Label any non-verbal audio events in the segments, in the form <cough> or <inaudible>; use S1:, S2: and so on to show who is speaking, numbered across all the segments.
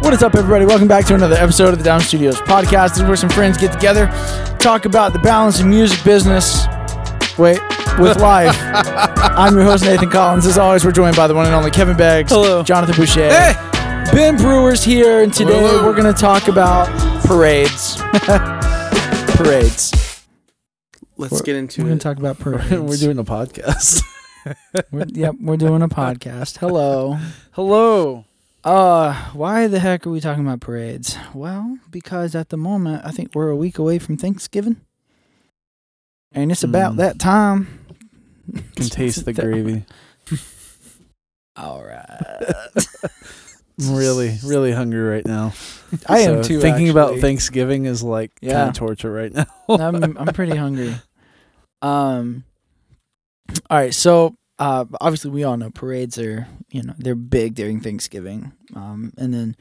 S1: What is up, everybody? Welcome back to another episode of the Down Studios podcast. This is where some friends get together, talk about the balance of music business. Wait, with life. I'm your host, Nathan Collins. As always, we're joined by the one and only Kevin Beggs,
S2: Hello.
S1: Jonathan Boucher, Ben Brewer's here, and today
S2: Hello.
S1: we're going to talk about parades. parades.
S2: Let's get into
S1: <laughs> We're going to
S2: it.
S1: talk about parades.
S3: a podcast.
S1: We're- yep, we're doing a podcast. Hello.
S3: Hello.
S1: Uh, why the heck are we talking about parades? Well, because at the moment, I think we're a week away from Thanksgiving. And it's about
S3: Mm.
S1: that time.
S3: Can
S1: <laughs>
S3: taste the gravy. <laughs>
S1: All right.
S3: I'm really, really hungry right now.
S1: I am
S3: <laughs> So
S1: too.
S3: Thinking about
S1: actually.
S3: Thanksgiving is like kind
S1: Yeah.
S3: of torture right now.
S1: <laughs> I'm I'm pretty hungry. Um All right, so uh obviously we all know parades are, you know, they're big during Thanksgiving. Um and then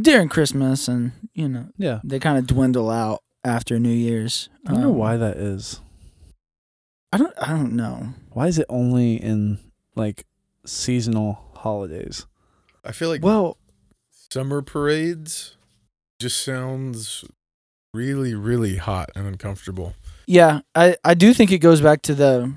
S1: during Christmas and, you know,
S3: Yeah.
S1: they kind of dwindle out after New Year's.
S3: I wonder
S1: Um,
S3: why that is.
S1: I don't I don't know.
S3: Why is it only in like seasonal holidays?
S4: I feel like
S1: Well,
S4: summer parades just sounds really, really hot and uncomfortable.
S1: Yeah, I, I do think it goes back to the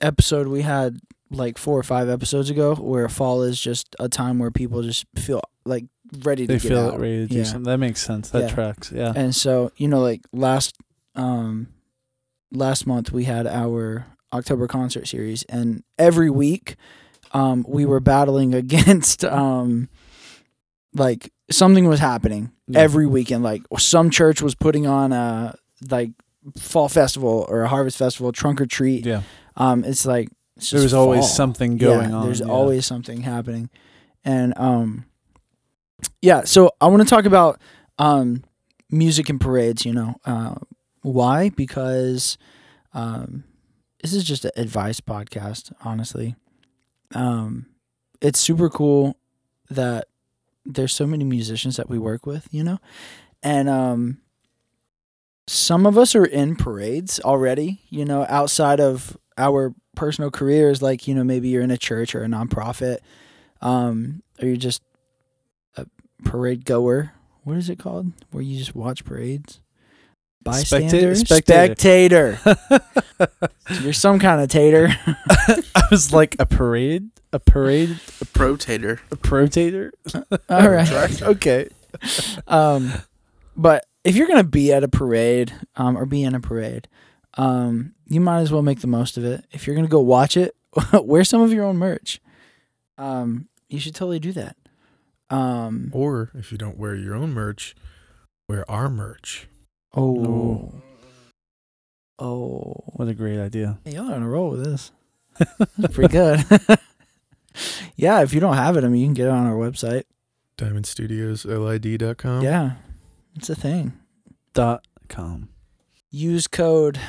S1: episode we had like four or five episodes ago where fall is just a time where people just feel like ready to
S3: They
S1: get
S3: feel
S1: out.
S3: it ready to do
S1: Yeah.
S3: something. That makes sense. That
S1: Yeah.
S3: tracks. Yeah.
S1: <laughs> And so, you know, like last um last month we had our October concert series and every week um we were battling <laughs> against um like something was happening
S3: Yeah.
S1: every weekend like some church was putting on a like fall festival or a harvest festival trunk or treat
S3: yeah.
S1: um, it's like it's
S3: There
S1: just
S3: was always
S1: fall.
S3: something going
S1: Yeah,
S3: on.
S1: There's
S3: yeah.
S1: always something happening, and um, yeah. So I want to talk about um, music and parades. You know, uh, why? Because um, this is just an advice podcast. Honestly, um, it's super cool that there's so many musicians that we work with. You know, and um, some of us are in parades already, you know, outside of our personal careers, like, you know, maybe you're in a church or a nonprofit, um, or you're just a parade goer. What is it called? Where you just watch parades?
S3: Specta-
S1: Bystander?
S3: spectator.
S1: Spectator. You're some kind of
S3: <laughs>
S1: tater.
S3: <laughs> I was like a parade, a parade,
S2: a protator.
S3: a protator.
S1: All <laughs> right.
S3: Okay.
S1: Um, but if you're going to be at a parade um, or be in a parade, um, you might as well make the most of it. If you're going to go watch it, <laughs> wear some of your own merch. Um, you should totally do that. Um,
S4: Or if you don't wear your own merch, wear our merch.
S1: oh. Oh.
S3: What a great idea.
S1: Hey, Y'all are on a roll with this. That's
S3: <laughs>
S1: pretty good. <laughs> yeah, if you don't have it, I mean, you can get it on our website.
S3: Oh.
S4: DiamondStudiosLID.com.
S1: Yeah, it's a thing.
S3: Dot com.
S1: Use code.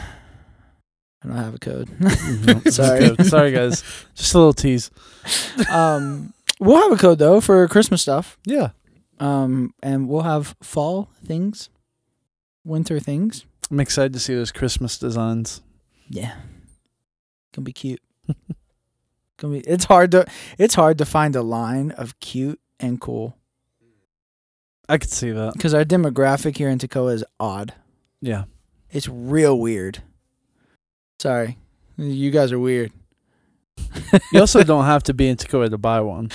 S1: I don't have a code.
S3: Nope.
S1: Mm-hmm. <laughs> Sorry.
S3: Mm-hmm.
S1: <laughs>
S3: Sorry, guys. Just a little tease.
S1: um, we'll have a code though for Christmas stuff.
S3: Yeah.
S1: Um, and we'll have fall things, winter things.
S3: I'm excited to see those
S1: <laughs>
S3: Christmas designs.
S1: Yeah, gonna be cute. gonna be. It's hard to. It's hard to find a line of cute and cool
S3: I could see that.
S1: because our demographic here in Tacoma is odd.
S3: Yeah.
S1: It's real weird. Sorry, you guys are weird. <laughs>
S3: You also don't have to be in Tacoma to buy one.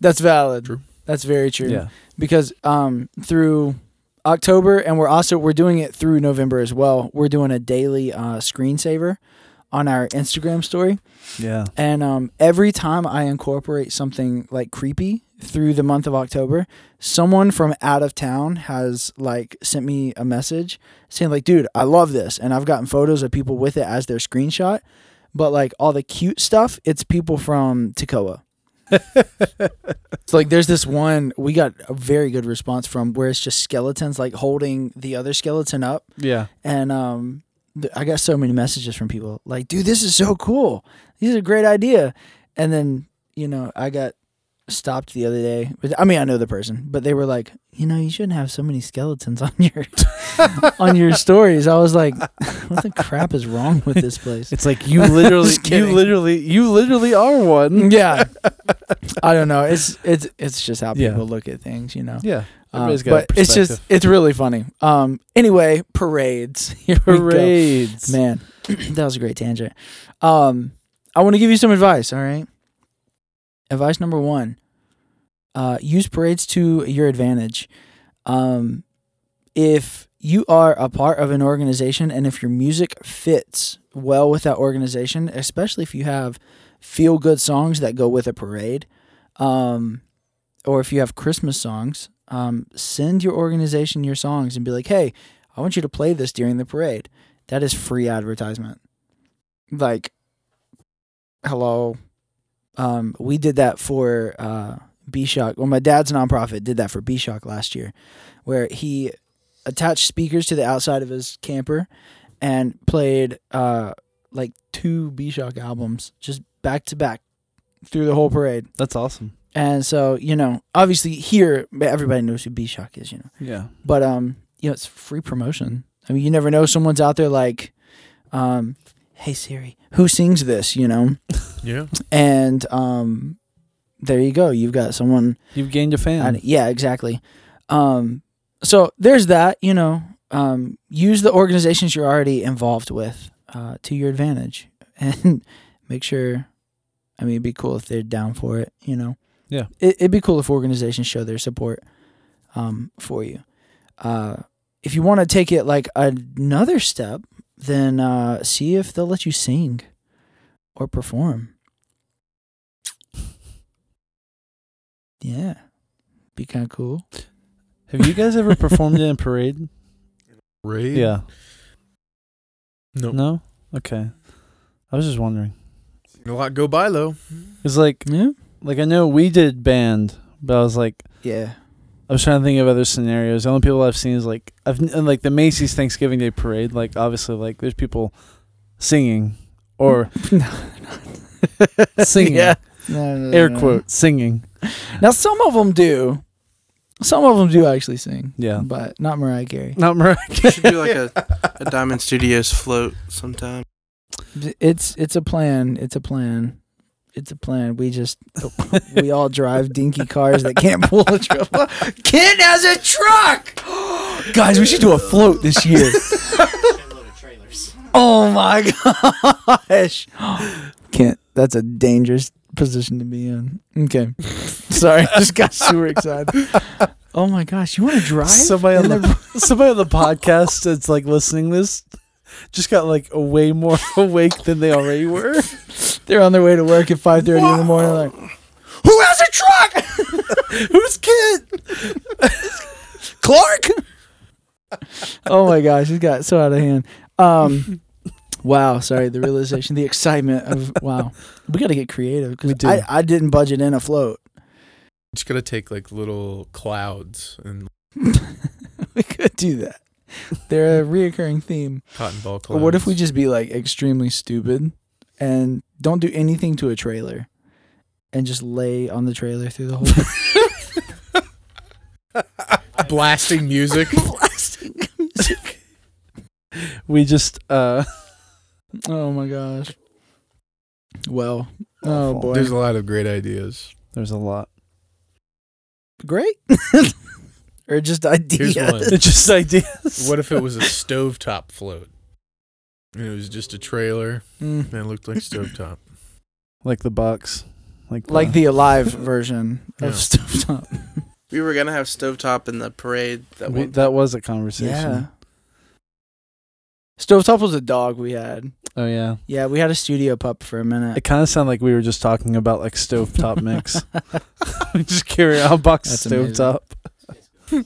S1: That's valid.
S4: True.
S1: That's very true.
S3: Yeah.
S1: because um through October and we're also we're doing it through November as well. We're doing a daily uh screensaver on our Instagram story
S3: Yeah.
S1: and um every time I incorporate something like creepy through the month of October, someone from out of town has like sent me a message saying like, "Dude, I love this." And I've gotten photos of people with it as their screenshot. But like all the cute stuff, it's people from Tacoma. So like there's this one we got a very good response from where it's just skeletons like holding the other skeleton up
S3: <laughs>
S1: <laughs>
S3: yeah.
S1: and um th- I got so many messages from people like dude this is so cool. This is a great idea. And then, you know, I got stopped the other day. But I mean, I know the person, but they were like, you know, you shouldn't have so many skeletons on your <laughs> on your stories. I was like, <laughs> what the crap is wrong with this
S3: <laughs>
S1: place?
S3: It's like you
S1: <laughs>
S3: literally,
S1: Just
S3: you
S1: kidding.
S3: literally, you literally are one.
S1: yeah, I don't know. It's it's it's just how
S3: Yeah.
S1: people look at things, you know.
S3: Yeah,
S1: Um,
S3: Everybody's got a
S1: but it's just
S3: perspective.
S1: it's really funny. Um. Anyway, parades. <laughs> Here we go.
S3: parades.
S1: Man, <clears throat> that was a great tangent. Um, I want to give you some advice. All right. Advice number one: uh, use parades to your advantage. Um, if you are a part of an organization and if your music fits well with that organization, especially if you have feel good songs that go with a parade, um, or if you have Christmas songs, um, send your organization your songs and be like, hey, I want you to play this during the parade that is free advertisement. Like, hello. Um, we did that for uh, B Shock. Well, my dad's nonprofit did that for B Shock last year, where he attached speakers to the outside of his camper and played uh, like two B Shock albums just back to back through the whole parade.
S3: That's awesome.
S1: And so, you know, obviously here everybody knows who B Shock is, you know.
S3: Yeah,
S1: But um, you know, it's free promotion. I mean, you never know. Someone's out there like, um, hey Siri, who sings this? You know,
S4: Yeah.
S1: and um, there you go. You've got someone.
S3: you've gained a fan.
S1: I- yeah, exactly. Um, so there's that. You know, um, use the organizations you're already involved with uh, to your advantage, <laughs> and make sure. I mean, it'd be cool if they're down for it. You know.
S3: Yeah.
S1: It, it'd be cool if organizations show their support um, for you. Uh, if you want to take it like another step, then uh, see if they'll let you sing or perform. Yeah. Be kind of cool.
S3: Have you guys ever performed in a
S1: <laughs>
S3: parade?
S4: Parade?
S3: Yeah.
S4: No.
S3: No. Okay. I was just wondering.
S4: A lot go by though.
S3: It's like,
S1: Yeah.
S3: like I know we did band, but I was like,
S1: Yeah.
S3: I was trying to think of other scenarios. The only people I've seen is like, I've and, like the Macy's Thanksgiving Day Parade. Like obviously, like there's people singing
S1: <laughs>
S3: or <laughs> singing,
S1: Yeah. No, no, no,
S3: air
S1: no.
S3: quote singing.
S1: Now some of them do. Some of them do actually sing,
S3: Yeah,
S1: but not Mariah Carey.
S3: not <laughs> Mariah.
S2: <laughs> You should do like a, a Diamond Studios float sometime.
S1: It's it's a plan. It's a plan. It's a plan. We just we all drive dinky cars that can't pull a truck. Kid has a truck. Guys, we should do a float this year. <laughs> oh my gosh, Kent, that's a dangerous position to be in. Okay, sorry, I just got super excited. <laughs> Oh my gosh, you want to drive?
S3: <laughs> Somebody
S1: in
S3: on the <laughs> somebody on the podcast that's like listening to this just got like way more <laughs> awake than they already were.
S1: They're on their way to work at five thirty in the morning. Like, who has a truck? <laughs>
S3: Who's kid?
S1: Clark. oh my gosh, he's got so out of hand. Um, wow, sorry, the realization, the excitement of wow, we got to get creative
S3: We
S1: because
S3: do.
S1: I, I didn't budget in a float. <laughs>
S4: Just gotta take like little clouds and
S1: we could do that. They're a reoccurring theme.
S4: cotton ball
S1: Or
S4: clouds.
S1: what if we just be like extremely stupid and don't do anything to a trailer and just lay on the trailer through the whole
S4: <laughs> blasting music?
S1: <laughs> blasting music?
S3: We just uh
S1: Oh my gosh. Well, oh
S3: Awful.
S1: boy.
S4: There's a lot of great ideas.
S3: there's a lot.
S1: <laughs> great <laughs> or just ideas.
S4: Here's one.
S3: It's just ideas.
S4: What if it was a stovetop float? And it was just a trailer
S1: Mm.
S4: and it looked like stovetop.
S3: Like the box. Like the,
S1: Like the alive <laughs> version
S4: Yeah.
S1: of stovetop.
S3: <laughs>
S2: We were gonna have stovetop in the parade. That
S3: we,
S2: one.
S3: that was a conversation.
S1: yeah. Stovetop was a dog we had.
S3: Oh yeah.
S1: Yeah, we had a studio pup for a minute.
S3: It kind of sounded like we were just talking about like
S1: <laughs>
S3: stovetop mix. <laughs> we just carry out box
S1: That's amazing. <laughs>
S3: stovetop.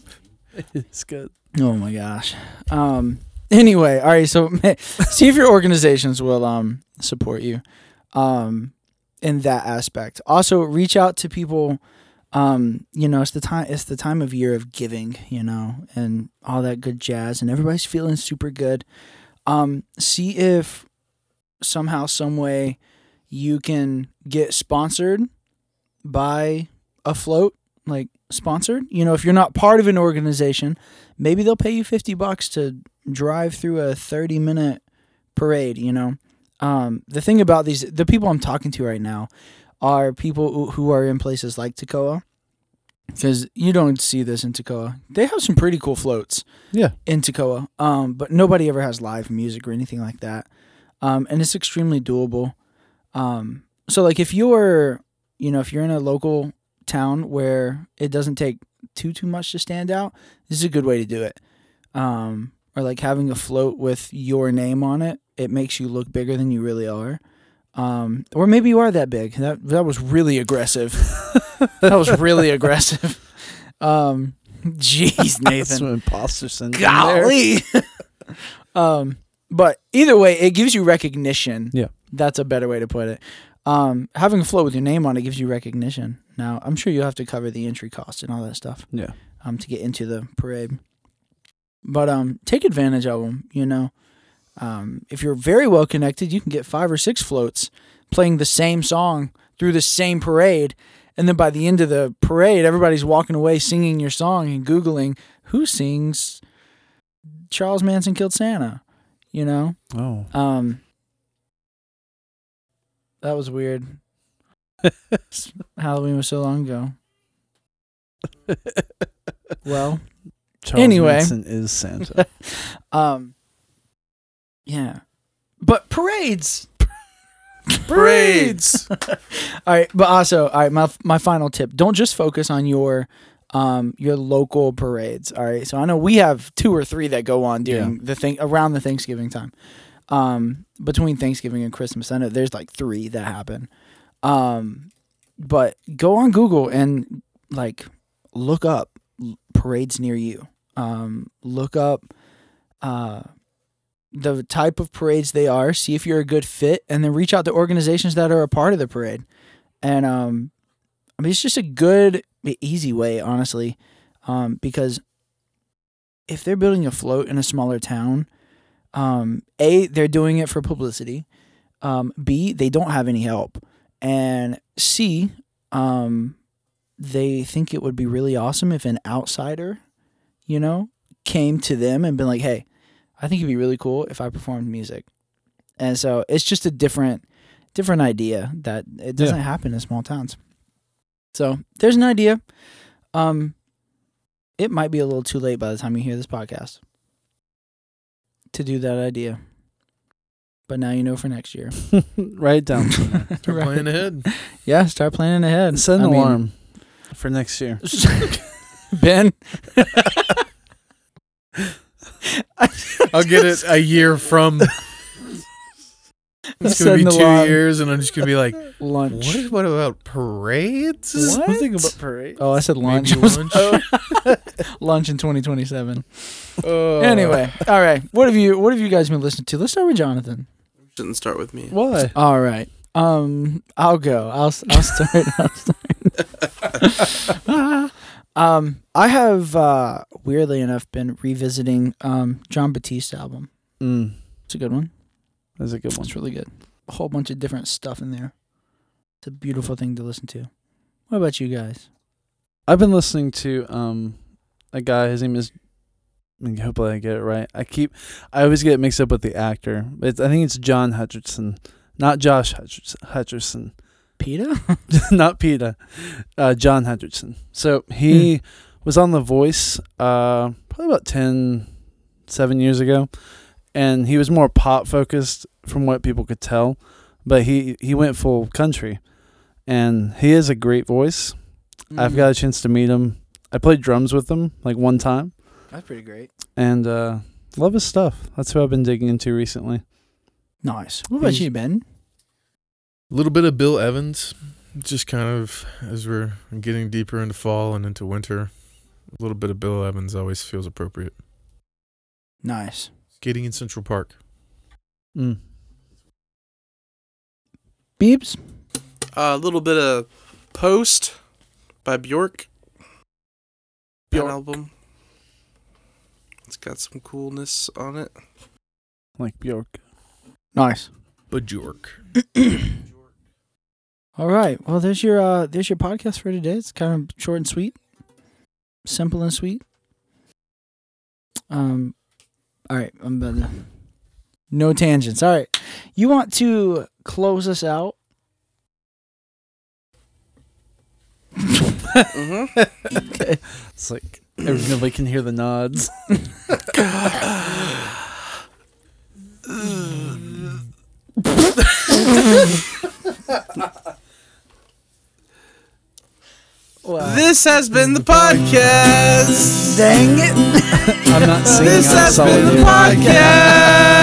S3: it's good.
S1: Oh my gosh. Um. Anyway, all right. So <laughs> see if your organizations will um support you, um, in that aspect. Also, reach out to people. Um, you know, it's the time. It's the time of year of giving. You know, and all that good jazz, and everybody's feeling super good. Um, see if somehow, some way, you can get sponsored by a float like sponsored. You know, if you're not part of an organization, maybe they'll pay you 50 bucks to drive through a 30 minute parade, you know. Um, the thing about these the people I'm talking to right now are people who- who are in places like Toccoa cuz you don't see this in Toccoa. They have some pretty cool floats.
S3: Yeah.
S1: In Toccoa. Um, but nobody ever has live music or anything like that. Um, and it's extremely doable. Um, so like if you're, you know, if you're in a local town where it doesn't take too too much to stand out, this is a good way to do it. Um, or like having a float with your name on it, it makes you look bigger than you really are. Um, or maybe you are that big. That that was really aggressive. that was really aggressive. Um, <laughs> jeez,
S3: <laughs> That's
S1: Nathan,
S3: some imposter syndrome. there.
S1: golly. <laughs> um, but either way, it gives you recognition.
S3: Yeah.
S1: that's a better way to put it. Um, having a float with your name on it gives you recognition. Now, I'm sure you'll have to cover the entry cost and all that stuff
S3: Yeah.
S1: um, to get into the parade. But um, take advantage of them. You know, um, if you're very well connected, you can get five or six floats playing the same song through the same parade, and then by the end of the parade, everybody's walking away singing your song and googling who sings Charles Manson killed Santa. You know,
S3: Oh.
S1: um, that was weird. Halloween was so long ago. Well.
S3: Charles
S1: Anyway.
S3: Manson
S1: <laughs>
S3: is Santa.
S1: Um, yeah, but parades.
S2: <laughs> Parades.
S1: all right, but also, all right. My my final tip: don't just focus on your um your local parades. All right, so I know we have two or three that go on during the thing around the Thanksgiving time. Um, between Thanksgiving and Christmas, I know there's like three that happen. Um, but go on Google and like look up l- parades near you. Um, look up uh, the type of parades they are, see if you're a good fit, and then reach out to organizations that are a part of the parade. And um, I mean, it's just a good, easy way, honestly, um, because if they're building a float in a smaller town, um, a they're doing it for publicity. Um, B they don't have any help, and C um, they think it would be really awesome if an outsider, you know, came to them and been like, "Hey, I think it'd be really cool if I performed music. And so it's just a different different idea that it doesn't happen in small towns. So there's an idea. Um it might be a little too late by the time you hear this podcast to do that idea. But now you know for next year.
S3: Write it down.
S1: <laughs>
S4: Start
S1: Right.
S4: playing ahead.
S1: Yeah, start planning ahead.
S3: Set an
S1: I mean-
S3: alarm for next year.
S1: <laughs> ben,
S4: I'll get it a
S1: <laughs>
S4: year from. It's
S1: Set
S4: gonna be
S1: an
S4: two
S1: alarm.
S4: years, and I'm just gonna be like,
S1: <laughs> lunch. <laughs>
S4: what? What about parades?
S1: What?
S3: Something about parade.
S1: Oh, I said lunch. <laughs>
S4: Maybe lunch.
S1: lunch in 2027.
S4: Oh.
S1: Anyway, all right. What have you What have you guys been listening to? Let's start with Jonathan.
S2: Shouldn't start with me.
S3: Why?
S1: All right. Um, I'll go. I'll s- I'll start. <laughs> I'll start. <laughs> Ah. um, I have uh, weirdly enough been revisiting um John Batiste album.
S3: Mm,
S1: It's a good one.
S3: that's a good one.
S1: It's really good. A whole bunch of different stuff in there. It's a beautiful thing to listen to. What about you guys?
S3: I've been listening to um a guy. His name is. I mean, hopefully, I get it right. I keep. I always get it mixed up with the actor. But It's, I think it's John Hutcherson, not Josh Hutcherson. Hutcherson.
S1: Peta?
S3: not Peta, uh, John Hendrickson. So he
S2: Hmm.
S3: was on The Voice uh, probably about 10, 7 years ago, and he was more pop focused from what people could tell, but he, he went full country, and he is a great voice. <laughs> I've
S2: Mm-hmm.
S3: got a chance to meet him. I played drums with him like one time,
S1: That's pretty great.
S3: and uh, love his stuff. That's who I've been digging into recently.
S1: Nice. What about
S3: He's-
S1: you, Ben?
S4: A little bit of Bill Evans, just kind of as we're getting deeper into fall and into winter. A little bit of Bill Evans always feels appropriate.
S1: Nice.
S4: Skating in Central Park.
S3: Mm.
S1: Beeps.
S2: A little bit of Post by Bjork. Bjork.
S1: Bjork.
S2: album. It's got some coolness on it.
S3: <coughs> Like Bjork.
S1: Nice.
S4: Bajork.
S1: All right. Well, there's your uh, there's your podcast for today. It's kind of short and sweet, simple and sweet. Um, all right. I'm about to. No tangents. All right. You want to close us out?
S2: Mm-hmm.
S3: It's like everybody can hear the nods.
S2: This has been the podcast.
S1: Dang it.
S3: I'm not singing.
S2: This <laughs>
S3: I'm
S2: has been the
S3: solid.
S2: podcast.